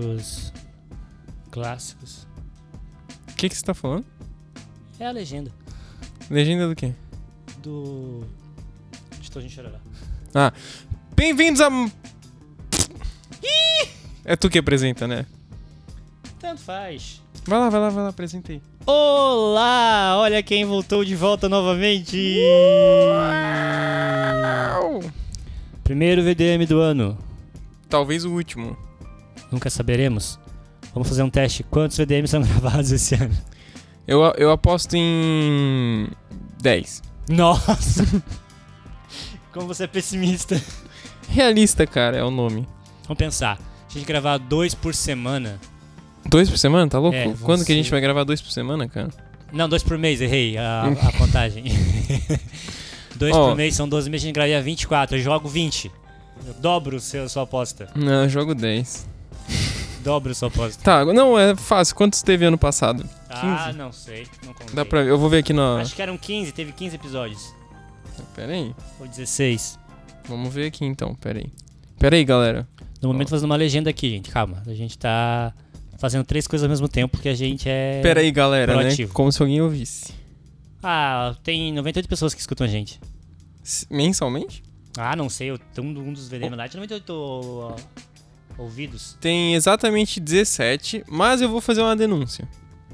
tantos clássicos. O que, que você tá falando? É a legenda Legenda do quê? do. Estou de chororó. Bem-vindos a. É tu que apresenta, né? Tanto faz. Vai lá, vai lá, vai lá, apresenta aí. Olá! Olha quem voltou de volta novamente! Primeiro VDM do ano. Talvez o último. Nunca saberemos. Vamos fazer um teste. Quantos VDMs são gravados esse ano? Eu, eu aposto em. 10. Nossa! Como você é pessimista. Realista, cara, é o nome. Vamos pensar. Se a gente gravar dois por semana. Dois por semana? Tá louco? É, vão Quando que a gente ser- vai gravar dois por semana, cara? Não, dois por mês, errei a, a contagem. dois Ó. por mês são 12 meses, a gente gravaria 24. Eu jogo 20. Eu dobro o seu, sua aposta. Não, eu jogo 10. Dobro sua aposta. Tá, não, é fácil. Quantos teve ano passado? Ah, não sei. Não contei. Dá pra ver. Eu vou ver aqui na. Acho que eram 15, teve 15 episódios. Pera aí. Ou 16. Vamos ver aqui então, pera aí. Pera aí, galera. No momento fazendo uma legenda aqui, gente. Calma. A gente tá fazendo três coisas ao mesmo tempo que a gente é. Pera aí, galera, né? proativo. Como se alguém ouvisse. Ah, tem 98 pessoas que escutam a gente. S- Mensalmente? Ah, não sei. Eu, um, um dos VDM lá tinha 98 ó, ouvidos. Tem exatamente 17, mas eu vou fazer uma denúncia.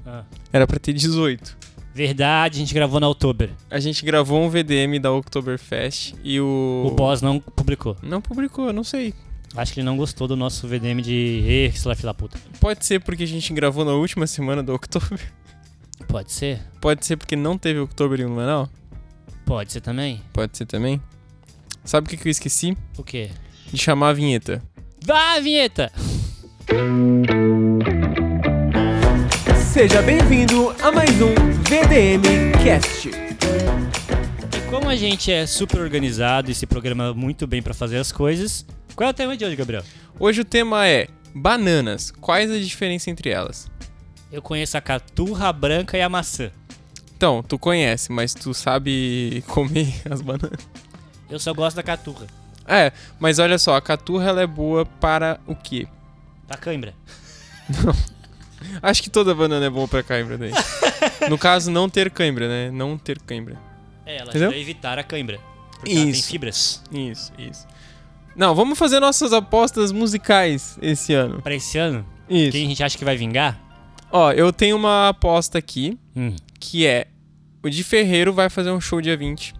Ah. Era pra ter 18. Verdade, a gente gravou na October. A gente gravou um VDM da Oktoberfest e o. O boss não publicou. Não publicou, não sei. Acho que ele não gostou do nosso VDM de. Ê, sei lá, fila puta. Pode ser porque a gente gravou na última semana do Oktober. Pode ser? Pode. Pode ser porque não teve Oktober em Lumanau. ser também? Pode ser também. Sabe o que, que eu esqueci? O quê? De chamar a vinheta. Vai, vinheta! Seja bem-vindo a mais um VDM Cast. E como a gente é super organizado e se programa muito bem pra fazer as coisas, qual é o tema de hoje, Gabriel? Hoje o tema é bananas. Quais a diferença entre elas? Eu conheço a caturra a branca e a maçã. Então, tu conhece, mas tu sabe comer as bananas. Eu só gosto da caturra. É, mas olha só, a caturra ela é boa para o quê? Da cãibra. Acho que toda banana é boa pra cãibra daí. No caso, não ter cãibra, né? Não ter cãibra. É, ela Entendeu? ajuda a evitar a cãibra. Porque ela tem Isso. fibras. Isso, isso. Não, vamos fazer nossas apostas musicais esse ano. Pra esse ano, Isso. quem a gente acha que vai vingar? Ó, eu tenho uma aposta aqui, Hum. que é o de Ferreiro vai fazer um show dia 20,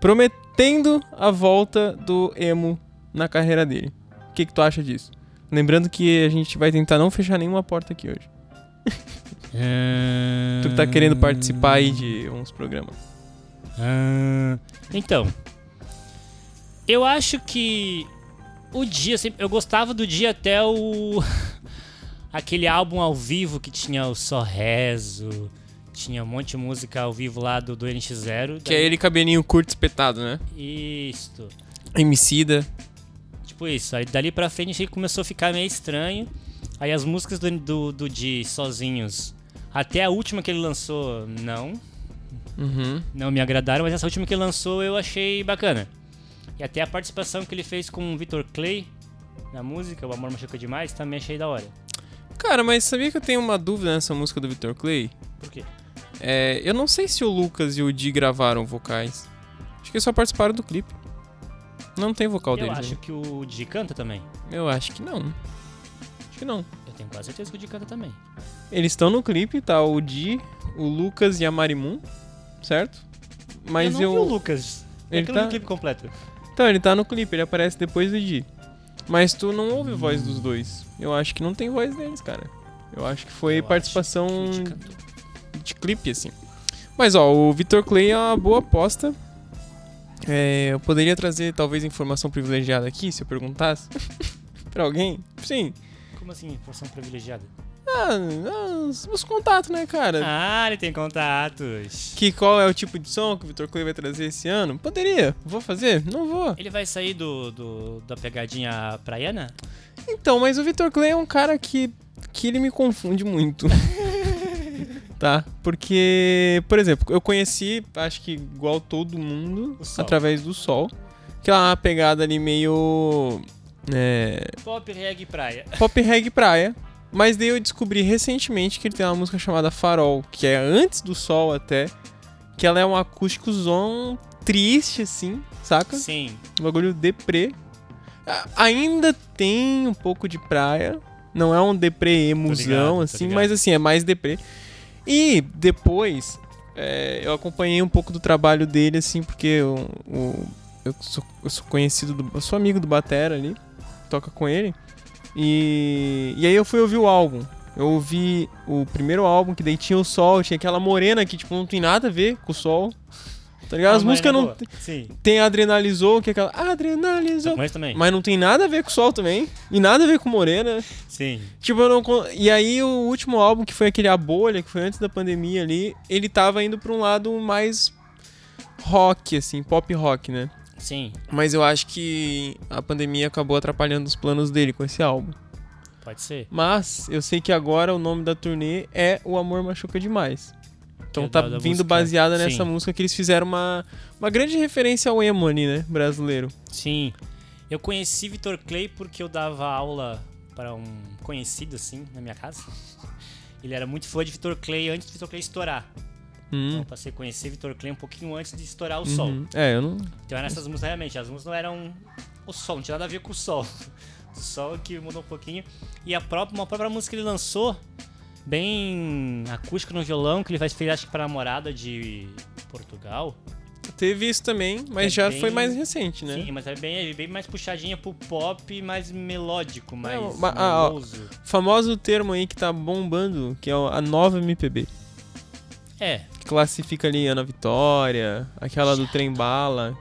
prometendo a volta do emo na carreira dele. O que, que tu acha disso? Lembrando que a gente vai tentar não fechar nenhuma porta aqui hoje. Tu que tá querendo participar aí de uns programas. Ah, Então, eu acho que o dia sempre, eu gostava do dia até o aquele álbum ao vivo que tinha o Só Rezo, tinha um monte de música ao vivo lá do, do NX0. Que é ele cabelinho curto espetado, né? Isso. Emicida. Tipo isso. Aí dali pra frente ele começou a ficar meio estranho. Aí as músicas do, do, do Di sozinhos, até a última que ele lançou, não. Uhum. não me agradaram, mas essa última que ele lançou eu achei bacana. E até a participação que ele fez com o Victor Clay na música, O Amor Machuca Demais, também achei da hora. Cara, mas sabia que eu tenho uma dúvida nessa música do Victor Clay? Por quê? É, eu não sei se o Lucas e o Di gravaram vocais. Acho que eles só participaram do clipe. Não tem vocal eu deles. acho né? que o Di canta também. Eu acho que não. Acho que não. Eu tenho quase certeza que o Di canta também. Eles estão no clipe, tá? O Di, o Lucas e a Marimun, certo? Mas eu não eu. vi o Lucas. Ele Ele tá... tá- no clipe completo. Então, ele tá no clipe, ele aparece depois do Di. Mas tu não ouve a voz dos dois. Eu acho que não tem voz deles, cara. Eu acho que foi Eu acho participação que o Di cantou. de clipe, assim. Mas ó, o Victor Clay é uma boa aposta. É, eu poderia trazer talvez informação privilegiada aqui, se eu perguntasse. pra alguém? Sim. Como assim, porção privilegiada? Ah, ah, os, os contatos, né, cara? Ah, ele tem contatos. Que qual é o tipo de som que o Victor Clay vai trazer esse ano? Poderia. Vou fazer? Não vou. Ele vai sair do, do- da pegadinha praiana? Então, mas o Victor Clay é um cara que que ele me confunde muito. tá? Porque, por exemplo, eu conheci, acho que igual todo mundo, O Sol. através do Sol, que é uma pegada ali meio É, Pop, reggae e praia. pop reggae praia. Mas daí eu descobri recentemente que ele tem uma música chamada Farol, que é antes do sol até, que ela é um acústico zon triste, assim, saca? Sim. Um bagulho deprê. A- Ainda tem um pouco de praia. Não é um deprê ligado, emusão, tô assim, ligado. mas assim, é mais deprê. E depois, é, eu acompanhei um pouco do trabalho dele, assim, porque eu, o- eu, sou, eu sou conhecido, do, eu sou amigo do Batera ali, toca com ele. E, e aí eu fui ouvir o álbum. Eu ouvi o primeiro álbum, que daí tinha o sol, tinha aquela morena que, tipo, não tem nada a ver com o sol. Tá ligado? As Amanhã na músicas não, é, né? boa. Sim. tem Adrenalizou, que é aquela. Adrenalizou. Mas também. Mas não tem nada a ver com o Sol também. E nada a ver com Morena. Sim. Tipo, eu não. con- E aí, o último álbum, que foi aquele A Bolha, que foi antes da pandemia ali, ele tava indo pra um lado mais rock, assim, pop rock, né? Sim. Mas eu acho que a pandemia acabou atrapalhando os planos dele com esse álbum. Pode ser. Mas eu sei que agora o nome da turnê é O Amor Machuca Demais. Então Que é tá da- da vindo música- baseada nessa sim. música que eles fizeram uma, uma grande referência ao emo ali, né? Brasileiro. Sim. Eu conheci Vitor Clay porque eu dava aula para um conhecido, assim, na minha casa. Ele era muito fã de Vitor Clay antes de Vitor Clay estourar. Hum. Então eu passei a conhecer Vitor Clay um pouquinho antes de estourar o sol. Uhum. É, eu não. Então eram essas músicas realmente, as músicas não eram o sol, não tinha nada a ver com o sol. O sol que mudou um pouquinho. E a própria, uma própria música que ele lançou, bem acústica no violão, que ele vai esfregar acho que pra namorada de Portugal. Teve isso também, mas É já bem- foi mais recente, né? Sim, mas é bem, é bem mais puxadinha pro pop, mais melódico, mais Não, ma- ah, ó. meloso. Famoso termo aí que tá bombando, que é o- a nova MPB. É, Que classifica ali Ana Vitória, aquela do Trem Bala.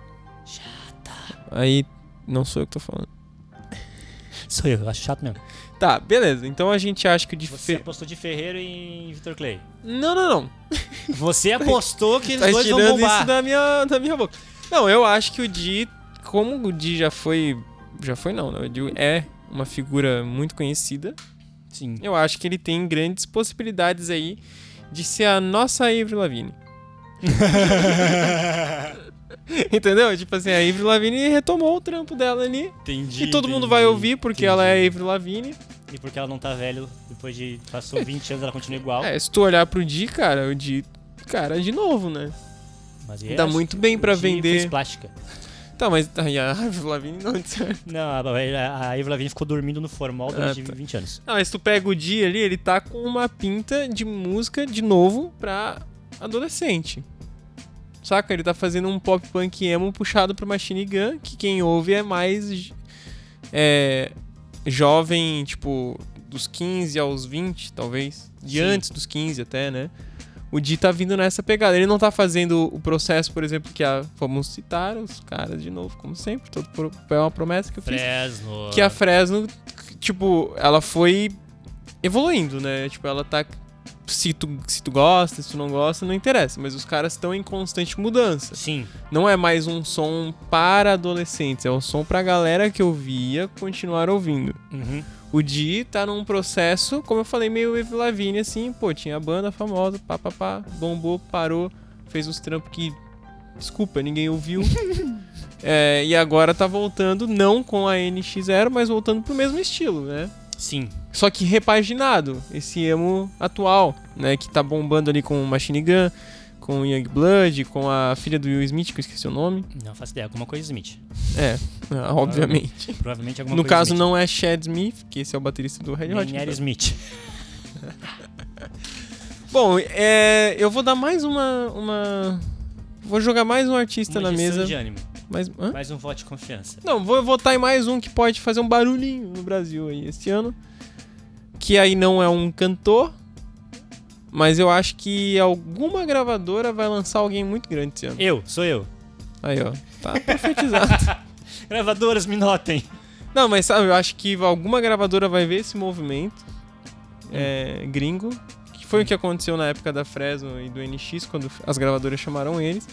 Aí, não sou eu que tô falando. sou eu, acho chato mesmo. Tá, beleza. Então a gente acha que o de Você Fe... apostou de Ferreiro em Vitor Clay. Não, não, não. Você apostou que eles Tá dois vão tirando bombar. isso da minha, da minha boca. Não, eu acho que o Di, como o Di já foi. Já foi, não, né? O Di é uma figura muito conhecida. Sim. Eu acho que ele tem grandes possibilidades aí de ser a nossa Avril Lavigne. Entendeu? Tipo assim, a Avril Lavigne retomou o trampo dela ali. Entendi. e todo mundo vai entendi, ouvir porque entendi. ela é a Avril Lavigne. E porque ela não tá velho, depois de. Passou 20 anos, ela continua igual. É, se tu olhar pro Di, cara, o Di... Cara, de novo, né? Mas Dá yes, muito bem pra de fez vender. plástica. Tá, mas aí a Avril Lavigne não... Não, a, a, a Avril Lavigne ficou dormindo no formal durante Ah, tá. 20 anos. Ah, mas tu pega o Di ali, ele tá com uma pinta de música, de novo, pra adolescente. Saca? Ele tá fazendo um pop punk emo puxado pro Machine Gun, que quem ouve é mais j- é, jovem, tipo, dos 15 aos 20, talvez. De Sim. antes dos 15 até, né? O Di tá vindo nessa pegada. Ele não tá fazendo o processo, por exemplo, que a. Vamos citar os caras de novo, como sempre. Todo pro- é uma promessa que eu fiz Fresno. que a Fresno, tipo, ela foi evoluindo, né? Tipo, ela tá. Se tu, se tu gosta, se tu não gosta, não interessa. Mas os caras estão em constante mudança. Sim, Não é mais um som para adolescentes, é um som pra galera que ouvia continuar ouvindo. uhum, O Di tá num processo, como eu falei, meio Avril Lavigne, assim, pô, tinha a banda famosa, pá, pá, pá, bombou, parou, fez uns trampos que, desculpa, ninguém ouviu. É, e agora tá voltando, não com a NX0, mas voltando pro mesmo estilo, né? sim. Só que repaginado, esse emo atual, né, que tá bombando ali com Machine Gun, com Youngblood, com a filha do Will Smith, que eu esqueci o nome. Não faço ideia. Alguma coisa Smith. É, ah, obviamente. Provavelmente alguma No coisa caso, Smith. não é Chad Smith, que esse é então. o baterista do Red Hot. Nem Chili era Peppers. Smith. Bom, é, eu vou dar mais uma, uma. Vou jogar mais um artista Uma na injeção mesa. de ânimo. Mais, hã? Mais um voto de confiança. Não, vou votar em mais um que pode fazer um barulhinho no Brasil aí esse ano. Que aí não é um cantor, mas eu acho que alguma gravadora vai lançar alguém muito grande esse ano. Eu, sou eu. Aí, ó. Tá profetizado. Gravadoras, me notem. não, mas sabe, eu acho que alguma gravadora vai ver esse movimento é, gringo. Que foi o que aconteceu na época da Fresno e do NX, quando as gravadoras chamaram eles.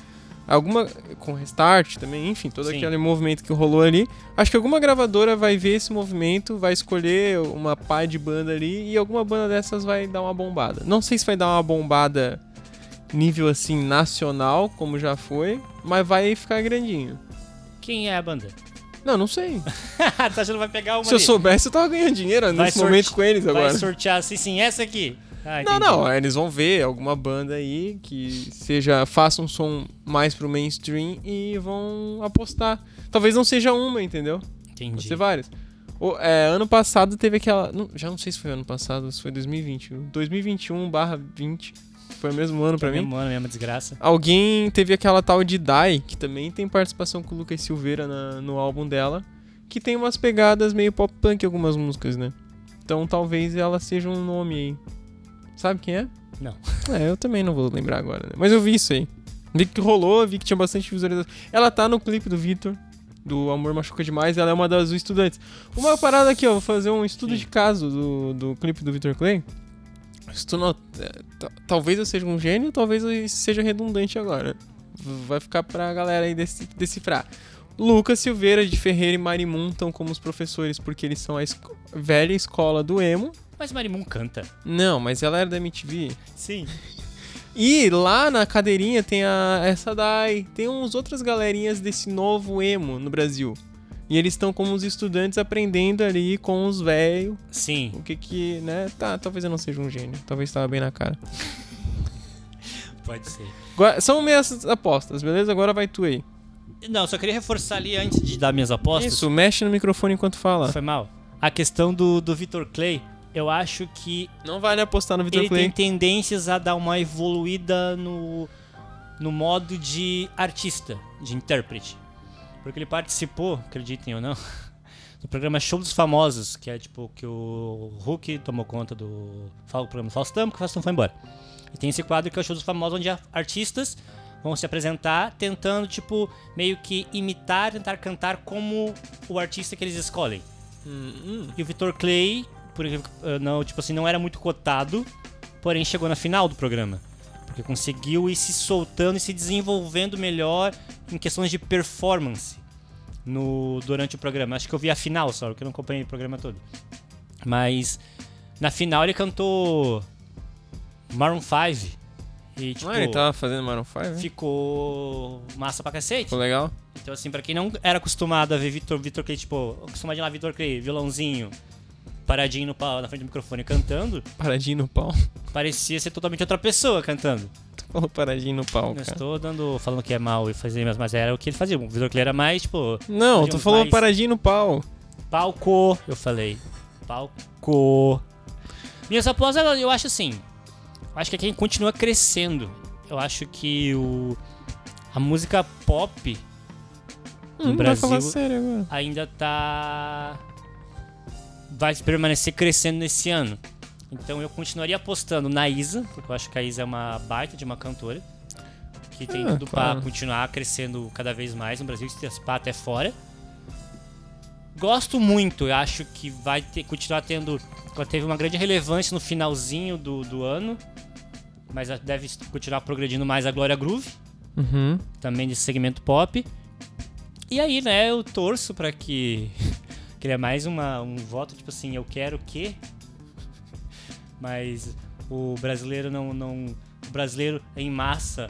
Alguma. Com restart também, enfim, todo Sim. aquele movimento que rolou ali. Acho que alguma gravadora vai ver esse movimento, vai escolher uma pá de banda ali e alguma banda dessas vai dar uma bombada. Não sei se vai dar uma bombada nível assim nacional, como já foi, mas vai ficar grandinho. Quem é a banda? Não, não sei. tá achando que vai pegar uma Se eu ali? soubesse, eu tava ganhando dinheiro Vai nesse sorte- momento com eles agora. Vai sortear assim, sim, essa aqui. Ah, Não, entendi. não, é, eles vão ver alguma banda aí que seja faça um som mais pro mainstream e vão apostar. Talvez não seja uma, entendeu? Pode Entendi. ser várias. O- é, ano passado teve aquela. não, já não sei se foi ano passado, se foi 2020. 2021 barra 20. Foi o mesmo ano pra mim. Mesmo ano, mesma desgraça. Alguém teve aquela tal de Dai, que também tem participação com o Lucas Silveira na- no álbum dela, que tem umas pegadas meio pop punk algumas músicas, né? Então talvez ela seja um nome aí. Sabe quem é? Não. É, eu também não vou lembrar agora, né? Mas eu vi isso aí. Vi que rolou, vi que tinha bastante visualização. Ela tá no clipe do Victor, do Amor Machuca Demais, ela é uma das estudantes. Uma parada aqui, ó, vou fazer um estudo Sim. de caso do, do clipe do Victor Clay. Se tu not- é, ta- Talvez eu seja um gênio, talvez eu seja redundante agora. V- Vai ficar pra galera aí deci- decifrar. Lucas Silveira de Ferreira e Marimun estão como os professores, porque eles são a esco- velha escola do emo. Mas Marimun canta. Não, mas ela era da MTV. Sim. E lá na cadeirinha tem a essa Dai, tem uns outras galerinhas desse novo emo no Brasil. E eles estão como os estudantes aprendendo ali com os velhos Sim. o que que, né? Tá, talvez eu não seja um gênio, talvez tava bem na cara. Pode ser. Agora- são minhas apostas, beleza? Agora vai tu aí. Não, só queria reforçar ali antes de dar minhas apostas. Isso, mexe no microfone enquanto fala. Foi mal. A questão do, do Vitor Clay, eu acho que Não vale apostar no Vitor ele Clay. tem tendências a dar uma evoluída no, no modo de artista, de intérprete. Porque ele participou, acreditem ou não, do programa Show dos Famosos, que é tipo que o Hulk tomou conta do fa- o programa do Faustão, porque o Faustão foi embora. E tem esse quadro que é o Show dos Famosos, onde a- artistas vão se apresentar tentando, tipo, meio que imitar, tentar cantar como o artista que eles escolhem. Hum, E o Vitor Clay, por incrível que- eh, não, tipo assim, não era muito cotado, porém chegou na final do programa. Porque conseguiu ir se soltando e se desenvolvendo melhor em questões de performance no, durante o programa. Acho que eu vi a final só, porque eu não acompanhei o programa todo. Mas na final ele cantou Maroon 5. E tipo, Ah, ele tava fazendo Maroon 5, né? ficou massa pra cacete. Ficou legal? Então, assim, pra quem não era acostumado a ver Vitor, Vitor Clay, tipo, acostumado a ir lá Vitor Clay, violãozinho, paradinho no pau, na frente do microfone cantando, Paradinho no pau. parecia ser totalmente outra pessoa cantando. Tu falou paradinho no pau, não cara. estou dando, falando que é mal e fazer, mas, mas era o que ele fazia. O Vitor Clay era mais, tipo, Não, Paradinho tu falou mais. paradinho no pau. palco, eu falei. Palco. Minhas apostas, eu acho assim, eu acho que é quem continua crescendo. Eu acho que o, a música pop no Hum, Brasil... Vai falar sério agora. ainda tá. Vai permanecer crescendo nesse ano. Então eu continuaria apostando na Isa, porque eu acho que a Isa é uma baita de uma cantora. Que tem Ah, tudo claro. pra continuar crescendo cada vez mais no Brasil, se pá até fora. Gosto muito, eu acho que vai ter- continuar tendo. Ela teve uma grande relevância no finalzinho do, do ano. Mas ela deve continuar progredindo mais a Glória Groove Uhum. também desse segmento pop. E aí, né, eu torço pra que queria mais uma, um voto, tipo assim, eu quero que mas o brasileiro não não o brasileiro em massa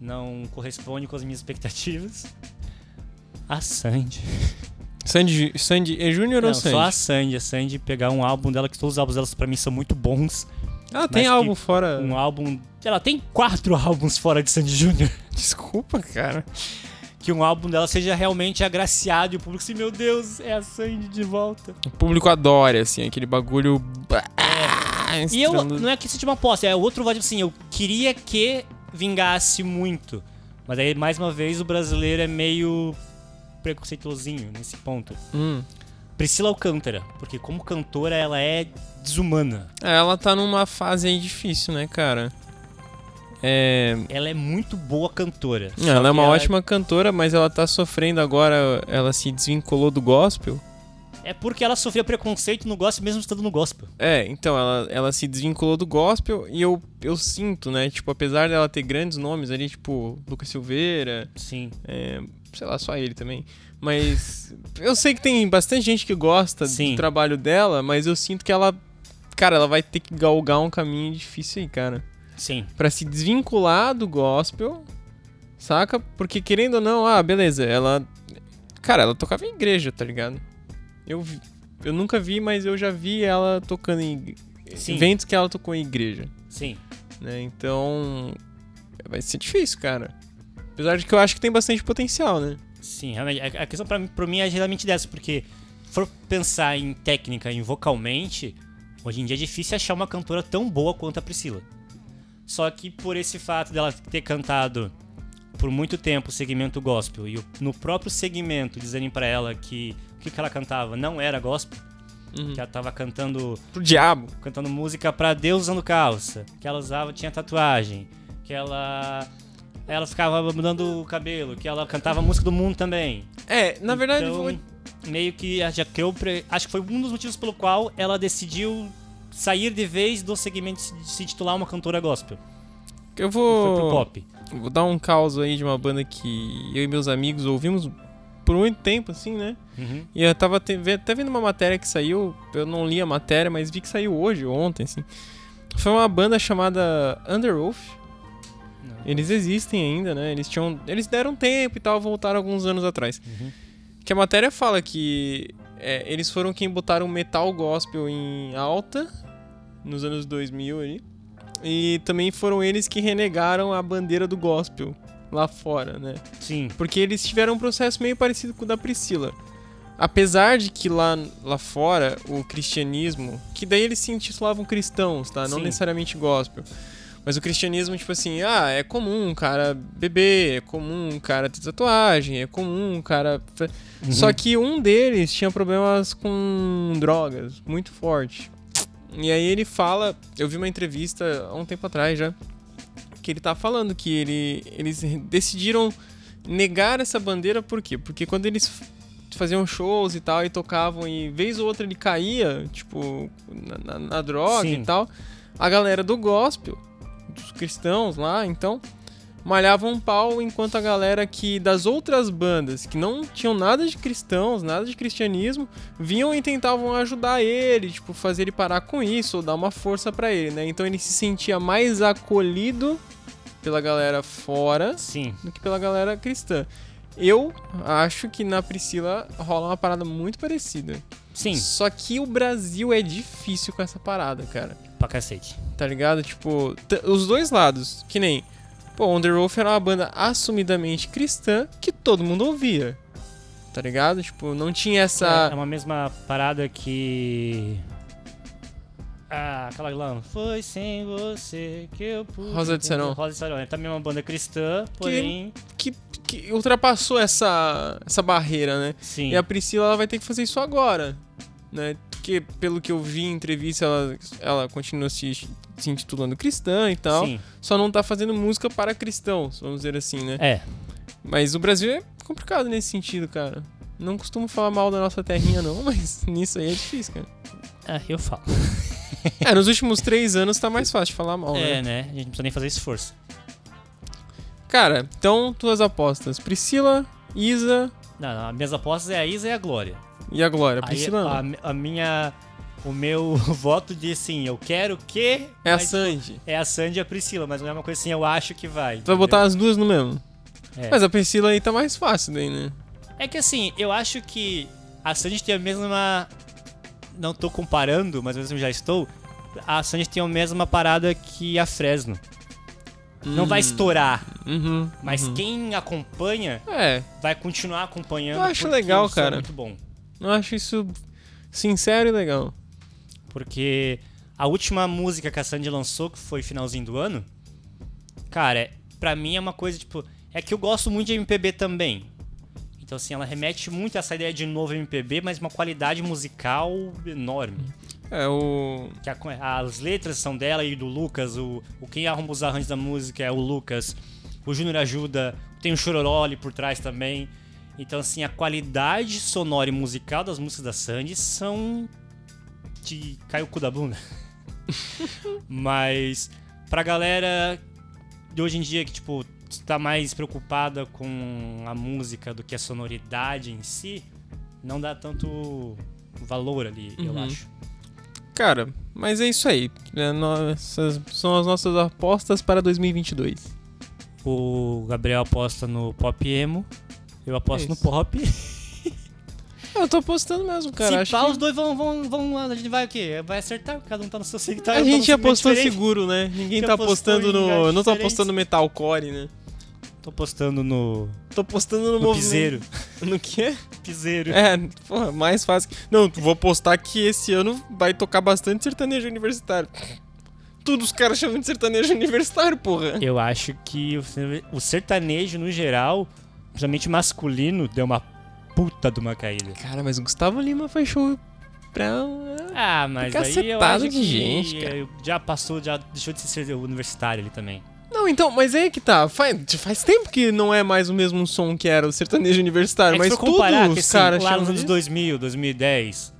não corresponde com as minhas expectativas. A Sandy. Sandy, Sandy é Júnior ou Não, Sandy? só a Sandy. A Sandy pegar um álbum dela, que todos os álbuns delas pra mim são muito bons. Ah, tem que- algo fora. Um álbum. Ela tem quatro álbuns fora de Sandy Júnior. Desculpa, cara. que um álbum dela seja realmente agraciado e o público assim, meu Deus, é a Sandy de volta. O público adora, assim, aquele bagulho. É. E eu, não é que isso seja uma aposta, é outro voto, tipo assim, eu queria que vingasse muito. Mas aí, mais uma vez, o brasileiro é meio preconceituosinho nesse ponto. Hum. Priscila Alcântara, porque como cantora ela é desumana. É, Ela tá numa fase aí difícil, né, cara? É. Ela é muito boa cantora. Só Ela é que uma ótima cantora, mas ela tá sofrendo agora. Ela se desvinculou do gospel. É porque ela sofria preconceito no gospel, mesmo estando no gospel. É, então, ela, ela se desvinculou do gospel e eu, eu sinto, né? Tipo, apesar dela ter grandes nomes ali, tipo, Lucas Silveira, Sim. É, sei lá, só ele também. Mas eu sei que tem bastante gente que gosta Sim. do trabalho dela, mas eu sinto que ela, cara, ela vai ter que galgar um caminho difícil aí, cara, Sim. Pra se desvincular do gospel, saca? Porque querendo ou não, ah, beleza, ela Cara, ela tocava em igreja, tá ligado? Eu, vi- eu nunca vi, mas eu já vi ela tocando em ig- Sim. eventos que ela tocou em igreja, Sim. né? Então vai ser difícil, cara. Apesar de que eu acho que tem bastante potencial, né? Sim, realmente. A a questão pra mim, pra mim é geralmente dessa, porque se for pensar em técnica, em vocalmente, hoje em dia é difícil achar uma cantora tão boa quanto a Priscila. Só que por esse fato dela ter cantado por muito tempo o segmento gospel e o- no próprio segmento dizerem pra ela que o que que ela cantava não era gospel, Uhum. que ela tava cantando Pro diabo. cantando música pra Deus usando calça. Que ela usava, tinha tatuagem. Que ela. Ela ficava mudando o cabelo. Que ela cantava música do mundo também. É, na verdade, Então, vou- meio que já que eu. pre- Acho que foi um dos motivos pelo qual ela decidiu sair de vez do segmento de se titular uma cantora gospel. eu E vou. Foi pro pop. Vou dar um caos aí de uma banda que eu e meus amigos ouvimos por muito tempo, assim, né? Uhum. E eu tava te- ve- até vendo uma matéria que saiu, eu não li a matéria, mas vi que saiu hoje, ontem, assim. Foi uma banda chamada Underwolf. Não. Eles existem ainda, né? Eles tinham. Eles deram tempo e tal, voltaram alguns anos atrás. Uhum. Que a matéria fala que é, eles foram quem botaram metal gospel em alta nos anos 2000 ali. E também foram eles que renegaram a bandeira do gospel lá fora, né? Sim. Porque eles tiveram um processo meio parecido com o da Priscila. Apesar de que lá, lá fora o cristianismo, que daí eles se intitulavam cristãos, tá? Não Sim. necessariamente gospel. Mas o cristianismo, tipo assim, ah, é comum um cara beber, é comum um cara ter tatuagem, é comum um cara. fa- Só que um deles tinha problemas com drogas, muito forte. E aí ele fala, eu vi uma entrevista há um tempo atrás já, que ele tá falando que ele, eles decidiram negar essa bandeira por quê? Porque quando eles f- faziam shows e tal, e tocavam, e vez ou outra ele caía, tipo, na, na- na droga Sim. e tal, a galera do gospel, dos cristãos lá, então, malhavam um pau, enquanto a galera que das outras bandas, que não tinham nada de cristãos, nada de cristianismo, vinham e tentavam ajudar ele, tipo, fazer ele parar com isso, ou dar uma força pra ele, né? Então ele se sentia mais acolhido pela galera fora Sim. do que pela galera cristã. Eu acho que na Priscila rola uma parada muito parecida. Sim. Só que o Brasil é difícil com essa parada, cara. Pra cacete. Tá ligado? Tipo, t- os dois lados. Que nem. Pô, Underwolf era uma banda assumidamente cristã que todo mundo ouvia. Tá ligado? Tipo, não tinha É essa. uma mesma parada que. Ah, aquela lá. Foi sem você que eu pude. Rosa de entender." Saron. Rosa de Saron. É também uma banda cristã, porém. Que, que ultrapassou essa, essa barreira, né? Sim. E a Priscila ela vai ter que fazer isso agora, né? Porque pelo que eu vi em entrevista, ela, ela continua se, se intitulando cristã e tal. Sim. Só não tá fazendo música para cristãos, vamos dizer assim, né? É. Mas o Brasil é complicado nesse sentido, cara. Não costumo falar mal da nossa terrinha, não, mas nisso aí é difícil, cara. Ah, eu falo. É, nos últimos três anos tá mais fácil falar mal, É, né? né? A gente não precisa nem fazer esforço. Cara, então, tuas apostas. Priscila, Isa Não, não. As minhas apostas é a Isa e a Glória. e a Glória. Aí, Priscila não. a, a minha. O meu voto de sim, eu quero que. É a mas- Sandy. É a Sandy e a Priscila, mas não é uma coisa assim, eu acho que vai. Tu vai entendeu? botar as duas no mesmo. É. Mas a Priscila aí tá mais fácil daí, né? É que assim, eu acho que a Sandy tem a mesma. Não tô comparando, mas mesmo já estou. A Sandy tem a mesma parada que a Fresno. Não vai estourar, Hum. Uhum. mas quem acompanha É, vai continuar acompanhando. Eu acho porque legal, o som é cara. Muito bom. eu acho isso sincero e legal. Porque a última música que a Sandy lançou, que foi finalzinho do ano, cara, pra mim é uma coisa tipo. É que eu gosto muito de MPB também. Então, assim, ela remete muito a essa ideia de novo MPB, mas uma qualidade musical enorme. É o. que a- as letras são dela e do Lucas, o, o quem arruma os arranjos da música é o Lucas, o Júnior ajuda, tem o Chororó ali por trás também. Então, assim, a qualidade sonora e musical das músicas da Sandy são. de cai o cu da bunda. Mas, pra galera de hoje em dia que, tipo, tá mais preocupada com a música do que a sonoridade em si, não dá tanto valor ali, eu Uhum. acho. Cara, mas é isso aí. É, nossas- são as nossas apostas para 2022. O Gabriel aposta no pop emo. Eu aposto É no isso. pop. Eu tô postando mesmo, cara. Se Acho pá, que os dois vão, vão, vão. A gente vai o quê? Vai acertar, cada um tá no seu sector. A eu tô no gente apostou segmento diferente. seguro, né? Ninguém Já tá apostou apostando em lugares no. Eu não tô diferentes. apostando no metalcore, né? Tô postando no. Tô apostando no, No movimento. piseiro. No quê? Piseiro. É, porra, mais fácil. que- Não, vou postar que esse ano vai tocar bastante sertanejo universitário. Tudo os caras chamam de sertanejo universitário, porra. Eu acho que o ser- o sertanejo, no geral, principalmente masculino, deu uma puta de uma caída. Cara, mas o Gustavo Lima foi show pra. um- Ah, mas Tem aí eu cacetada acho de que gente, cara. eh, já passou, já deixou de ser universitário ali também. Não, então, mas é que tá. Faz, faz tempo que não é mais o mesmo som que era o sertanejo universitário, É que mas se for tudo comparar, que, os assim, caras lá chamam nos anos de- 2000, 2010,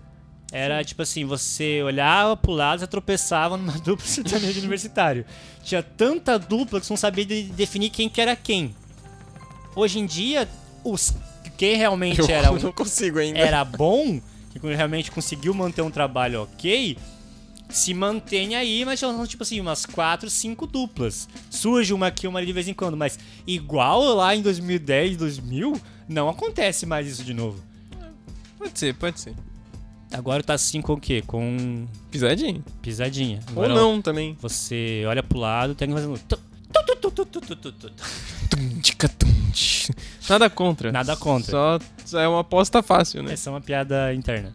era tipo assim, você olhava pro lado e tropeçava numa dupla sertaneja de universitário. Tinha tanta dupla que você não sabia de- definir quem que era quem. Hoje em dia, os quem realmente Eu era um- não consigo ainda. era bom, que quando realmente conseguiu manter um trabalho ok, se mantém aí, mas já são tipo assim, umas 4, 5 duplas. Surge uma aqui, uma ali de vez em quando, mas igual lá em 2010, 2000, não acontece mais isso de novo. Pode ser, pode ser. Agora tá assim com o quê? Com Pisadinha. pisadinha. Ou Agora, não também. Você olha pro lado, tem que fazer um tu- tu- tu- tu- tu- tu- tu- tu- tu. Tum, tchica, tum, tch. Nada contra. Nada contra. Só só é uma aposta fácil, né? Essa é uma piada interna.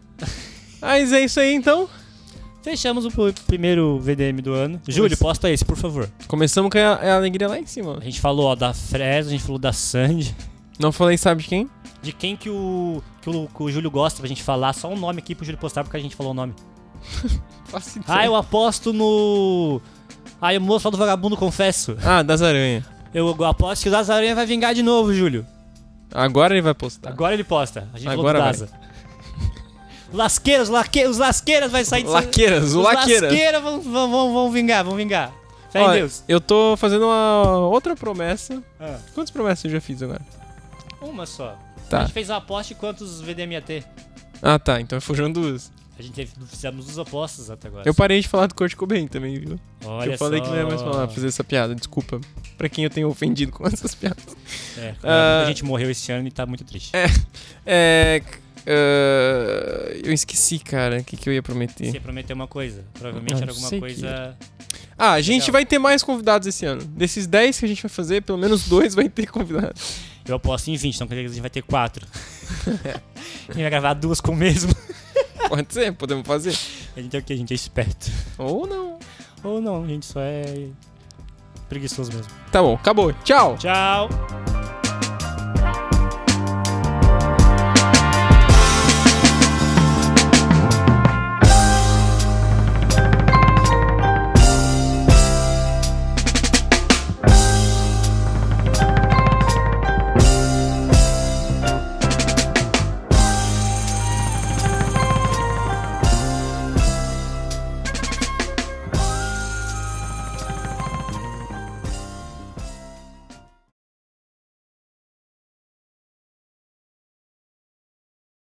Mas é isso aí então. Fechamos o pr- primeiro VDM do ano. Júlio, posta esse, por favor. Começamos com a, a alegria lá em cima. A gente falou ó, da Fresno, a gente falou da Sandy. Não falei, sabe de quem? De quem que o, que o, que o Júlio gosta pra gente falar, só um nome aqui pro Júlio postar porque a gente falou o nome. Faço Ah, eu aposto no. Ah, eu moço lá do vagabundo, confesso. Ah, das aranhas. Eu aposto que o Das Aranha vai vingar de novo, Júlio. Agora ele vai postar. Agora ele posta. A gente Agora falou do Daza. Lasqueiras, laque... os lasqueiras vai sair Laqueiras, o Os Laqueiras. lasqueiras vão, vão, vão, vão vingar, vão vingar. Fé em Olha, Deus. Eu tô fazendo uma outra promessa. Ah, Quantas promessas eu já fiz agora? uma só. Tá. A gente fez a aposta e quantos VDM ia ter? Ah, tá. Então fugiram duas. A gente teve, fizemos duas apostas até agora. Eu parei de falar do Kurt Cobain também, viu? Olha eu falei só. que não ia mais falar, fazer essa piada. Desculpa pra quem eu tenho ofendido com essas piadas. É, claro, Ah. muita gente morreu esse ano e tá muito triste. É. c- ah, eu esqueci, cara, o que, que eu ia prometer. Você prometeu uma coisa. Provavelmente É. Ah, era não alguma sei que coisa. Ah, a gente Legal. vai ter mais convidados esse ano. Desses 10 que a gente vai fazer, pelo menos dois vai ter convidados. Eu aposto em 20, então quer dizer que a gente vai ter 4. a gente vai gravar duas com o mesmo. Pode ser, podemos fazer. A gente é o que? A gente é esperto. Ou não. Ou não, a gente só é. preguiçoso mesmo. Tá bom, acabou. Tchau. Tchau!